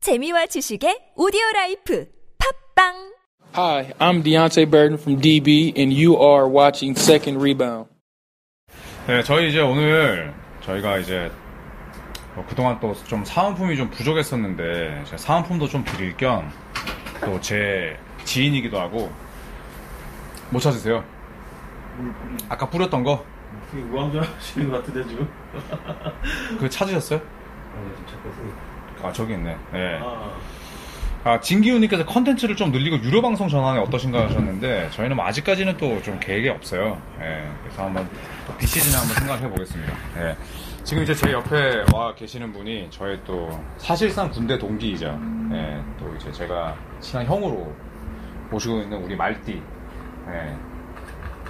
재미와 지식의 오디오 라이프 팝빵 Hi, I'm Deontay Burton from DB, and you are watching Second Rebound. 네, 저희 이제 오늘 저희가 이제 뭐 그동안 또 좀 사은품이 좀 부족했었는데 제가 사은품도 좀 드릴 겸 또 제 지인이기도 하고 못 찾으세요? 아까 뿌렸던 거 그 되게 우왕좌왕 하시는 것 같은데 지금? 찾으셨어요? 아니 좀 찾고 있어요 아 저기 있네. 네. 아 아 진기훈님께서 컨텐츠를 좀 늘리고 유료 방송 전환이 어떠신가 하셨는데 저희는 뭐 아직까지는 또 좀 계획이 없어요. 예, 그래서 한번 비시즌에 한번 생각해 보겠습니다. 예. 지금 이제 제 옆에 와 계시는 분이 저의 또 사실상 군대 동기이자 예, 또 이제 제가 친한 형으로 모시고 있는 우리 말띠 예,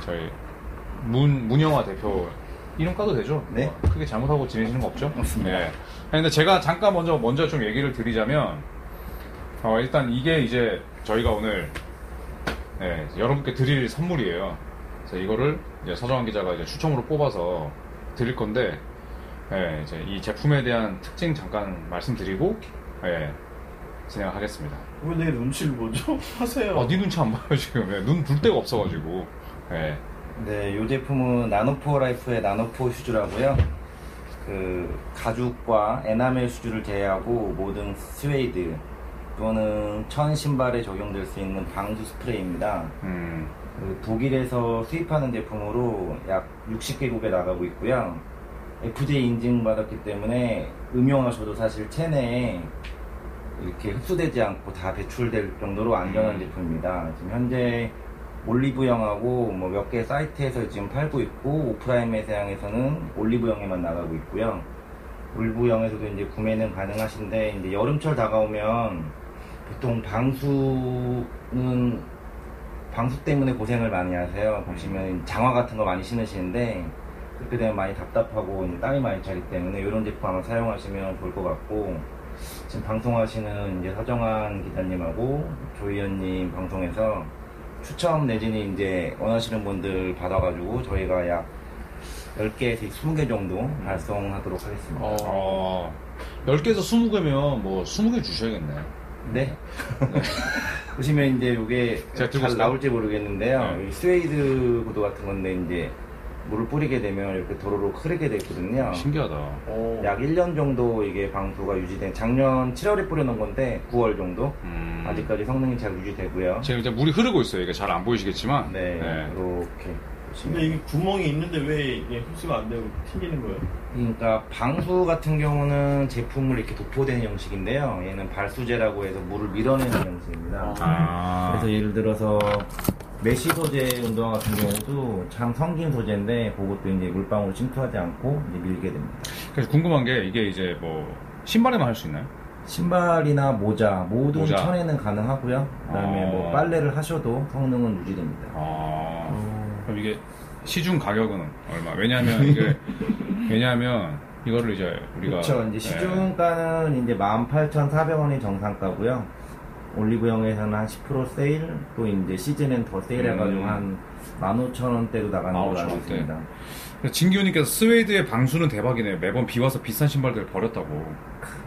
저희 문 문영화 대표 이름 까도 되죠? 네. 뭐 크게 잘못하고 지내시는 거 없죠? 없습니다. 예. 근데 제가 잠깐 먼저 먼저 좀 얘기를 드리자면 어, 일단 이게 이제 저희가 오늘 예, 여러분께 드릴 선물이에요. 그래서 이거를 이제 서정환 기자가 이제 추첨으로 뽑아서 드릴 건데 예, 이제 이 제품에 대한 특징 잠깐 말씀드리고 예, 진행하겠습니다. 왜 내 눈치를 보죠? 하세요 어, 네 눈치 안 봐요 지금 눈 볼 데가 없어가지고 예. 네, 이 제품은 나노포 라이프의 나노포 슈즈라고요. 그 가죽과 에나멜 슈즈를 제외하고 모든 스웨이드 또는 천 신발에 적용될 수 있는 방수 스프레이입니다. 음, 그 독일에서 수입하는 제품으로 약 60개국에 나가고 있고요. FDA 인증받았기 때문에 음용하셔도 사실 체내에 이렇게 흡수되지 않고 다 배출될 정도로 안전한 음. 제품입니다. 지금 현재 올리브영하고 뭐 몇 개 사이트에서 지금 팔고 있고 오프라인 매장에서는 올리브영에만 나가고 있고요. 올리브영에서도 이제 구매는 가능하신데 이제 여름철 다가오면 보통 방수는 방수 때문에 고생을 많이 하세요. 보시면 장화 같은 거 많이 신으시는데 그렇게 되면 많이 답답하고 이제 땀이 많이 차기 때문에 이런 제품 아마 사용하시면 좋을 것 같고 지금 방송하시는 이제 서정환 기자님하고 조희연님 방송에서 추첨 내지는 이제 원하시는 분들 받아가지고 저희가 약 10개에서 20개 정도 발송하도록 하겠습니다. 어, 10개에서 20개면 뭐 20개 주셔야겠네. 네. 보시면 이제 이게 제가 들고 잘 있어요. 나올지 모르겠는데요. 네. 이 스웨이드 구두 같은 건데 이제 물을 뿌리게 되면 이렇게 도로로 흐르게 되거든요. 신기하다. 약 1년 정도 이게 방수가 유지된 작년 7월에 뿌려놓은 건데 9월 정도 음. 아직까지 성능이 잘 유지되고요. 지금 이제 물이 흐르고 있어요. 이게 잘 안 보이시겠지만. 네, 네. 이렇게 보시면 근데 이게 구멍이 있는데 왜 이게 흡수가 안 되고 튕기는 거예요? 그러니까 방수 같은 경우는 제품을 이렇게 도포되는 형식인데요. 얘는 발수제라고 해서 물을 밀어내는 형식입니다. 아. 그래서 예를 들어서 메쉬 소재 운동화 같은 경우도 참 성긴 소재인데 그것도 이제 물방울 침투하지 않고 이제 밀게 됩니다. 그래서 궁금한 게 이게 이제 뭐 신발에만 할 수 있나요? 신발이나 모자 모든 모자. 천에는 가능하고요. 그다음에 어. 뭐 빨래를 하셔도 성능은 유지됩니다. 아. 어. 그럼 이게 시중 가격은 얼마? 왜냐하면 이게 왜냐하면 이거를 이제 우리가 네. 그렇죠. 이제 시중가는 이제 18,400원이 정상가고요. 올리브영에서는 한 10% 세일, 또 이제 시즌엔 더 세일해가지고 음. 한 15,000원대로 나가는 걸로 알고 15,000원 대. 있습니다. 네. 진기훈님께서 스웨이드의 방수는 대박이네. 매번 비 와서 비싼 신발들 버렸다고.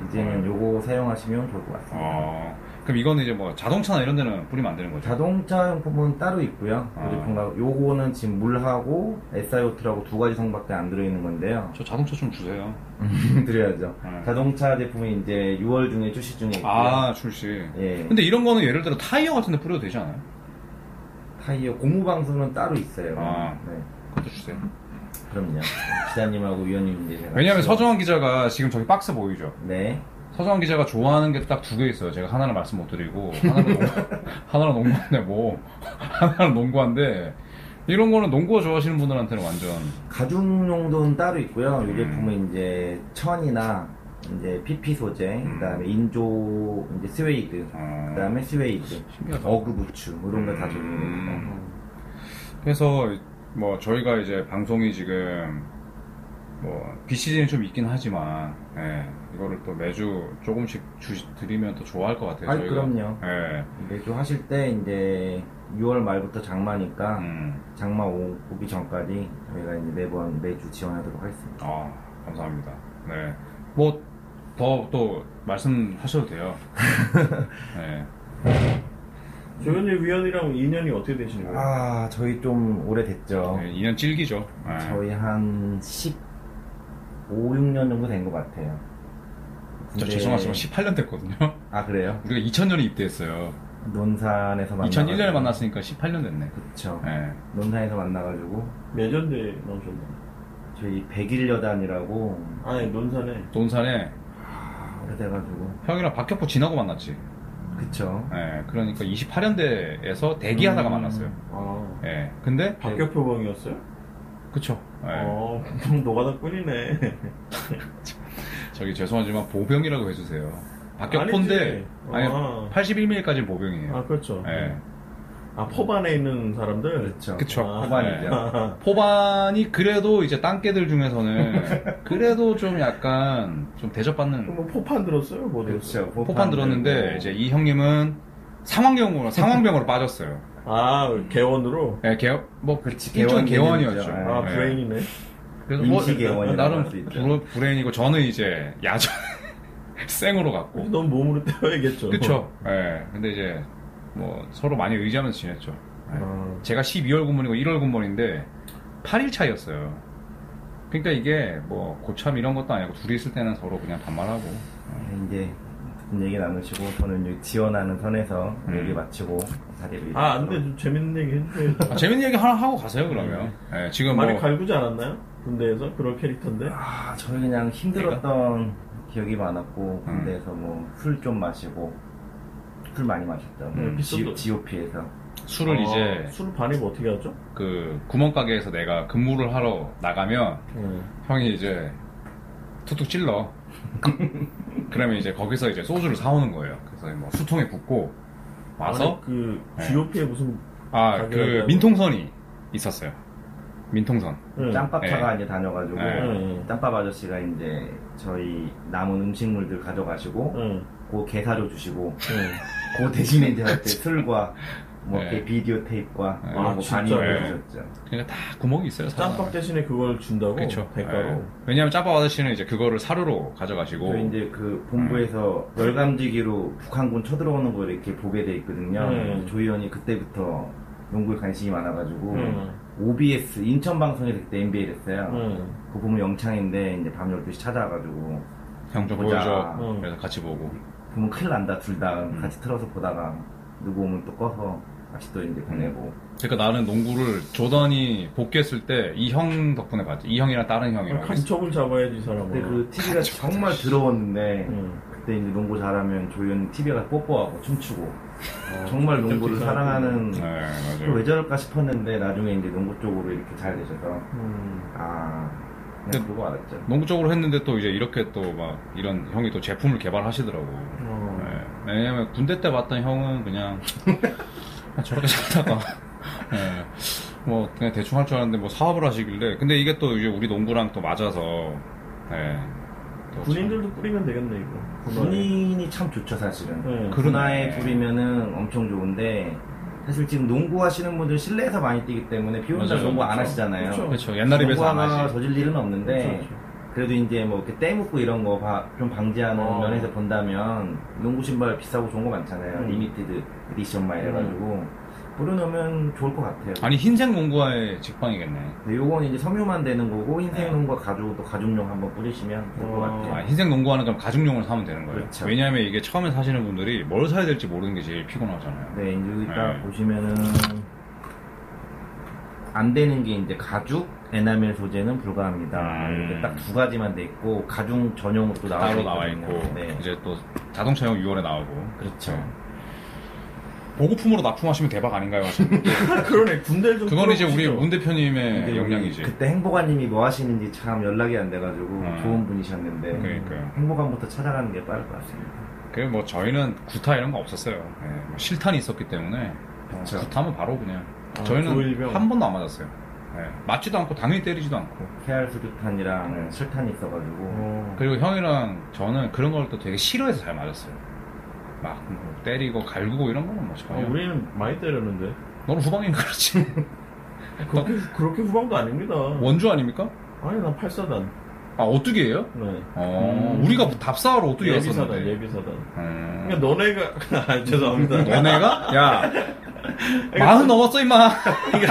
이제는 어. 요거 사용하시면 좋을 것 같습니다. 아. 그럼 이거는 이제 뭐 자동차나 이런 데는 뿌리면 안 되는 거죠? 자동차 용품은 따로 있고요. 아. 아. 요거는 지금 물하고 SIOT라고 두 가지 성밖에 안 들어있는 건데요. 저 자동차 좀 주세요. 드려야죠. 아. 자동차 제품이 이제 6월 중에 출시 중에 있고요. 아 출시. 예. 근데 이런 거는 예를 들어 타이어 같은 데 뿌려도 되지 않아요? 타이어 고무방수는 따로 있어요. 아. 네. 그것도 주세요. 그럼요. 기자님하고 위원님 이제 제가 왜냐하면 직접- 서정환 기자가 지금 저기 박스 보이죠? 네. 서정환 기자가 좋아하는 게 딱 두 개 있어요. 제가 하나는 말씀 못 드리고 하나는, 농구, 하나는 농구인데 뭐 하나는 농구한데 이런 거는 농구 좋아하시는 분들한테는 완전 가죽용도는 따로 있고요. 음. 이 제품은 이제 천이나 이제 PP 소재, 그다음에 인조 이제 스웨이드, 아. 그다음에 스웨이드, 신기하다. 음. 어그 부츠 이런 걸 다 적용됩니다. 그래서 뭐 저희가 이제 방송이 지금 뭐 비시즌이 좀 있긴 하지만 예, 이거를 또 매주 조금씩 주 드리면 더 좋아할 것 같아요. 아이, 저희가. 그럼요. 예. 매주 하실 때 이제 6월 말부터 장마니까 음. 장마 오- 오기 전까지 저희가 이제 매번 매주 지원하도록 하겠습니다. 아, 감사합니다. 네. 뭐, 더 또 말씀하셔도 돼요. 네. 조현일 위원이랑 인연이 어떻게 되시는 거예요? 아, 저희 좀 어. 오래됐죠. 네, 2년 찔기죠. 네. 저희 한 15, 16년 정도 된 것 같아요. 저 근데- 죄송하지만 18년 됐거든요. 아, 그래요? 우리가 2000년에 입대했어요. 논산에서 만나 2001년에 만났으니까 18년 됐네. 그쵸. 네. 논산에서 만나가지고, 매전대 나오셨나? 저희 백일여단이라고, 아니 논산에 논산에 아, 오래돼가지고, 형이랑 박혁포 지나고 만났지. 그쵸. 예, 그러니까 28년대에서 음. 대기하다가 만났어요. 아 예, 근데 박교 표방이었어요? 그쵸. 예, 어 그럼 노가다뿐이네 저기 죄송하지만 보병이라고 해주세요. 박격포인데 아니지. 아니 아. 81mm까지 보병이에요. 아 그렇죠 예, 아 포반에 있는 사람들 그쵸. 그쵸. 아. 호반이죠. 아, 포반이 그래도 이제 땅개들 중에서는 그래도 좀 약간 좀 대접받는 뭐 포판 들었어요? 뭐 들었어요? 그쵸. 포판 들었는데 들고. 이제 이 형님은 상황병으로 상황병으로 빠졌어요. 아 개원으로? 예, 개, 뭐 그치, 일종 개원 개원이었죠. 개념이죠. 아 예. 브레인이네 그래서 임시 뭐, 개원이라고 나름 할수 있죠. 불- 불행이고 저는 이제 야전 생으로 갔고. 넌 몸으로 때려야겠죠 그렇죠. 그쵸. 예. 근데 이제 뭐 서로 많이 의지하면서 지냈죠. 예. 아, 제가 12월 군번이고 1월 군번인데 8일 차이였어요. 그러니까 이게 뭐 고참 이런 것도 아니고 둘이 있을 때는 서로 그냥 반말하고. 이제 무슨 얘기 나누시고 저는 이제 지원하는 선에서 음. 얘기 마치고 자리를 아 안돼 좀 재밌는 얘기 해주세요 아, 재밌는 얘기 하나 하고 가세요 그러면. 음. 예, 지금 뭐 많이 갈구지 않았나요? 군대에서? 그런 캐릭터인데? 아, 저희 그냥 힘들었던 그러니까. 기억이 음. 많았고 군대에서 뭐 술 좀 마시고 술 많이 마셨죠. 음, 지, 비싸도- GOP에서 술을 어, 아, 이제 술을 반입 어떻게 하죠? 그 구멍가게에서 내가 근무를 하러 나가면 네. 형이 이제 툭툭 찔러. 그러면 이제 거기서 이제 소주를 사오는 거예요. 그래서 뭐 수통에 붓고 와서 아니, 그 네. GOP에 무슨 아 그 가게라고? 민통선이 있었어요. 민통선. 네. 짬밥차가 이제 다녀가지고 네. 네. 짬밥 아저씨가 이제 저희 남은 음식물들 가져가시고 네. 그 개사료 주시고 네. 그 대신에 이제 할때 술과 뭐 네. 이렇게 비디오 테이프와 네. 이런 거 예. 아, 많이 진짜요? 주셨죠. 그러니까 다 구멍이 있어요. 사람. 짬밥 대신에 그걸 준다고? 그쵸. 대가로? 예. 왜냐면 짬밥 아저씨는 이제 그거를 사료로 가져가시고. 네, 저희 이제 그 본부에서 열감지기로 북한군 쳐들어오는 걸 이렇게 보게 돼 있거든요. 네. 조 의원이 그때부터 농구에 관심이 많아가지고 네. OBS 인천 방송에서 그때 NBA 됐어요. 네. 그 보면 영창인데 이제 밤 12시 찾아와가지고 형 좀 보자. 보여줘. 응. 그래서 같이 보고. 보면 큰일 난다 둘 다 같이 틀어서 보다가 누구 오면 또 꺼서 같이 또 이제 보내고 그러니까 나는 농구를 조던이 복귀했을 때 이 형 덕분에 봤지. 이 형이랑 다른 형이랑. 간첩을 잡아야지 이 사람은 근데 그 TV가 정말 더러웠는데 음. 그때 이제 농구 잘하면 조연이 TV가 뽀뽀하고 춤추고 아, 정말 그때 농구를 그때 사랑하는 네, 또 맞아요. 왜 저럴까 싶었는데 나중에 이제 농구 쪽으로 이렇게 잘 되셔서 음. 아 근데- 그냥 그거 알았죠. 농구 쪽으로 했는데 또 이제 이렇게 또 막 이런 형이 또 제품을 개발하시더라고. 어. 네. 왜냐면 군대 때 봤던 형은 그냥 저렇게 살다가 네. 뭐 그냥 대충 할 줄 알았는데 뭐 사업을 하시길래 근데 이게 또 이제 우리 농구랑 또 맞아서 네. 또 군인들도 뿌리면 되겠네 이거 군인이 참 좋죠 사실은. 네. 군화에 그러네. 부리면은 엄청 좋은데 사실 지금 농구 하시는 분들 실내에서 많이 뛰기 때문에 비 오는 날 맞아요. 농구 안 그렇죠. 하시잖아요. 그렇죠. 그렇죠. 옛날에 비해서 안 농구화가 하지. 저질 일은 없는데 네. 그렇죠, 그래도 이제 뭐 이렇게 떼묻고 이런 거 좀 방지하는 어. 면에서 본다면 농구 신발 비싸고 좋은 거 많잖아요. 음. 리미티드 에디션 막 이래가지고 뿌려놓으면 좋을 것 같아요. 아니 흰색 농구화의 직방이겠네. 근데 요건 이제 섬유만 되는 거고 네. 흰색 농과 가죽 또 가죽용 한번 뿌리시면 될 것 어. 같아요. 아, 흰색 농구화는 그럼 가죽용을 사면 되는 거예요. 그렇죠. 왜냐하면 이게 처음에 사시는 분들이 뭘 사야 될지 모르는 게 제일 피곤하잖아요. 네, 이제 여기 딱 네. 보시면은 안 되는 게 이제 가죽 에나멜 소재는 불가합니다. 음. 이렇게 딱 두 가지만 돼 있고 가죽 전용으로 또 나와 따로 있거든요. 나와 있고 네. 이제 또 자동차용 6월에 나오고 그렇죠. 네. 보급품으로 납품하시면 대박 아닌가요? 그렇죠. 그러네 군대 좀 그건 이제 우리 뿌려보시죠. 문 대표님의 근데 역량이지. 우리 네, 그때 행복한님이 뭐 하시는지 참 연락이 안 돼가지고 음. 좋은 분이셨는데 그러니까요. 행복한부터 찾아가는 게 빠를 것 같습니다. 그리고 뭐 저희는 구타 이런 거 없었어요. 예, 뭐 실탄이 있었기 때문에 그렇죠. 구타면 바로 그냥 아, 저희는 조일병. 한 번도 안 맞았어요. 예, 맞지도 않고 당연히 때리지도 않고 뭐 케알 수류탄이랑 네. 실탄이 있어가지고 음. 어. 그리고 형이랑 저는 그런 걸 또 되게 싫어해서 잘 맞았어요. 막뭐 때리고 갈구고 이런 거는 뭐 아, 전혀 우리는 많이 때렸는데 너는 후방인 그렇지. 그렇게, 그렇게 후방도 아닙니다 원주 아닙니까? 아니 난 8사단 아, 오뚜기예요 네. 어, 음. 우리가 답사하러 오뚜기였었는데. 예비사단, 예비사단. 음. 그러니까 너네가, 아, 죄송합니다. 너네가? 야, 마흔 넘었어, 임마.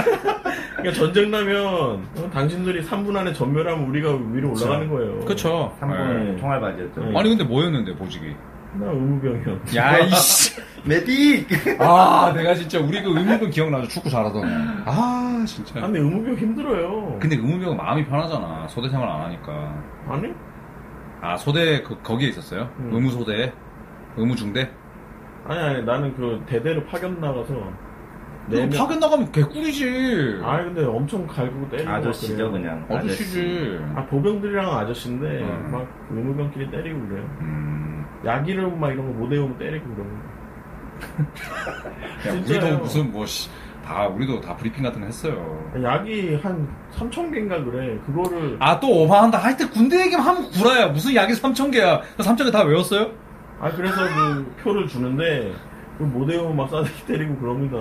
그러니까 전쟁 나면 어, 당신들이 3분 안에 전멸하면 우리가 위로 올라가는 거예요. 그쵸. 3분 네. 총알바지였죠. 네. 아니, 근데 뭐였는데, 보직이? 나 의무병이요. 야, 이씨. 메딕! 아, 내가 진짜, 우리 그 의무병 기억나죠? 축구 잘하던. 애. 아, 아, 진짜. 근데 의무병 힘들어요. 근데 그 의무병은 마음이 편하잖아. 소대 생활 안 하니까. 아니? 아, 소대, 그, 거기에 있었어요? 음. 의무소대? 의무중대? 아니, 아니, 나는 그 대대로 파견 나가서. 네 그럼 명- 파견 나가면 개꿀이지. 아니, 근데 엄청 갈고 때리고. 아저씨죠, 막 그래요. 그냥. 아저씨지. 아, 보병들이랑 아저씨인데, 음. 막 의무병끼리 때리고 그래요. 음. 야기를 막 이런 거 못 외우면 때리고 그러고. 야, 진짜요. 우리도 무슨, 뭐, 씨. 다, 우리도 다 브리핑 같은 거 했어요. 약이 한 3,000개인가 그래. 그거를. 아, 또 오바한다. 하여튼 군대 얘기만 하면 구라야. 무슨 약이 3,000개야. 3,000개 다 외웠어요? 아 그래서 그 표를 주는데 그못 외우면 막 싸대기 때리고 그럽니다.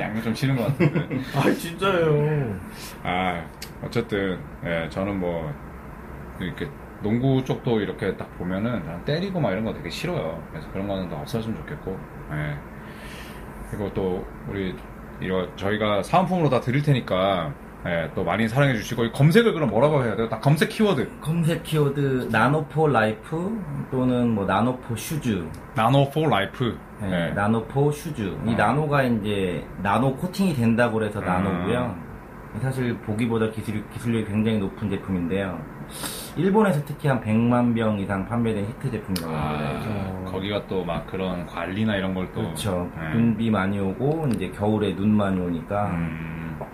양이 좀 치는 것 같은데. 아 진짜예요. 아, 어쨌든, 예, 저는 뭐, 이렇게, 농구 쪽도 이렇게 딱 보면은, 그냥 때리고 막 이런 거 되게 싫어요. 그래서 그런 거는 다 없었으면 좋겠고, 예. 그리고 또, 우리, 이거, 저희가 사은품으로 다 드릴 테니까, 예, 또 많이 사랑해 주시고, 이 검색을 그럼 뭐라고 해야 돼요? 딱 검색 키워드. 검색 키워드 나노포 라이프 또는 뭐 나노포 슈즈, 나노 포 라이프. 네, 예. 나노포 슈즈. 이 아. 나노가 이제 나노 코팅이 된다고 해서 음. 나노고요. 사실 보기보다 기술, 기술력이 굉장히 높은 제품인데요. 일본에서 특히 한 100만 병 이상 판매된 히트 제품이라고 합니다. 아, 거기가 또 막 그런 관리나 이런 걸 또. 어. 그렇죠. 예. 눈비 많이 오고 이제 겨울에 눈 많이 오니까 음, 뭐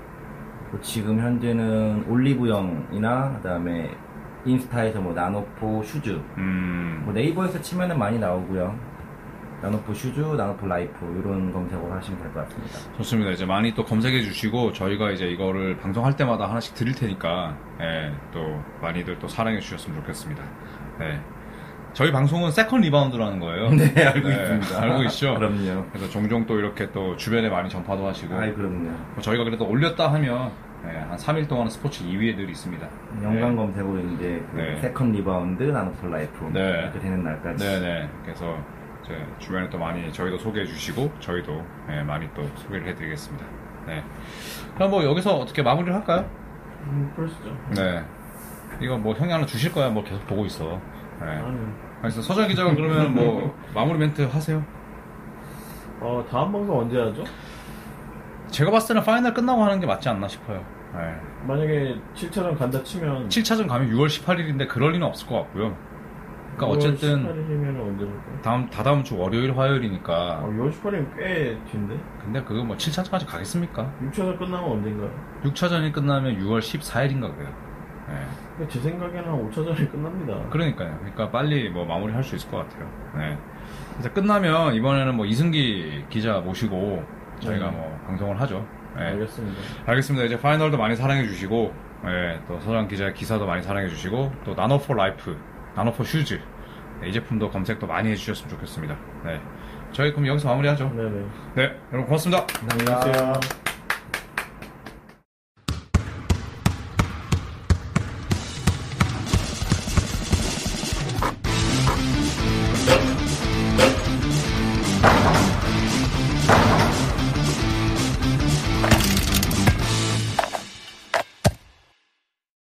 지금 현재는 올리브영이나 그다음에 인스타에서 뭐 나노포 슈즈 음. 뭐 네이버에서 치면은 많이 나오고요. 나노포 슈즈, 나노포 라이프 이런 검색을 하시면 될 것 같습니다. 좋습니다. 이제 많이 또 검색해 주시고 저희가 이제 이거를 방송할 때마다 하나씩 드릴 테니까 예, 또 많이들 또 사랑해 주셨으면 좋겠습니다. 예. 저희 방송은 세컨 리바운드라는 거예요. 네, 알고 네, 알고 있죠. 그럼요. 그래서 종종 또 이렇게 또 주변에 많이 전파도 하시고 아이 그럼요. 뭐 저희가 그래도 올렸다 하면 예, 한 3일 동안 은 스포츠 2위에 늘 있습니다. 연관 검색으로 이제 그 네. 세컨 리바운드, 나노포 라이프 네. 이렇게 되는 날까지. 네네. 그래서 이제 주변에 또 많이 저희도 소개해 주시고 저희도 예, 많이 또 소개를 해드리겠습니다. 네. 그럼 뭐 여기서 어떻게 마무리를 할까요? 음, 그러시죠. 네. 이거 뭐 형이 하나 주실 거야. 뭐 계속 보고 있어. 네. 아니, 그래서 서장 기자가 그러면 뭐 마무리 멘트 하세요. 어 다음 방송 언제 하죠? 제가 봤을 때는 파이널 끝나고 하는 게 맞지 않나 싶어요. 네. 만약에 7차전 간다 치면 7차전 가면 6월 18일인데 그럴 리는 없을 것 같고요. 그러니까 어쨌든 18일이면 언제 볼까요? 다음 다다음 주 월요일 아, 화요일이니까 6월 18일이면 꽤 뒤인데? 근데 그거 뭐 7차전까지 가겠습니까? 6차전 끝나면 언젠가요? 6차전이 끝나면 6월 14일인가 그래요. 네. 그러니까 제 생각에는 한 5차전이 끝납니다. 그러니까요. 그러니까 빨리 뭐 마무리할 수 있을 것 같아요. 네. 이제 끝나면 이번에는 뭐 이승기 기자 모시고 저희가 네. 뭐 방송을 하죠. 네. 알겠습니다. 알겠습니다. 이제 파이널도 많이 사랑해 주시고 네, 또 서장 기자 의 기사도 많이 사랑해 주시고 또 나노포 라이프, 나노포 슈즈 네, 이 제품도 검색도 많이 해주셨으면 좋겠습니다. 네. 저희 그럼 여기서 마무리하죠. 네네. 네, 여러분 고맙습니다. 안녕히 계세요.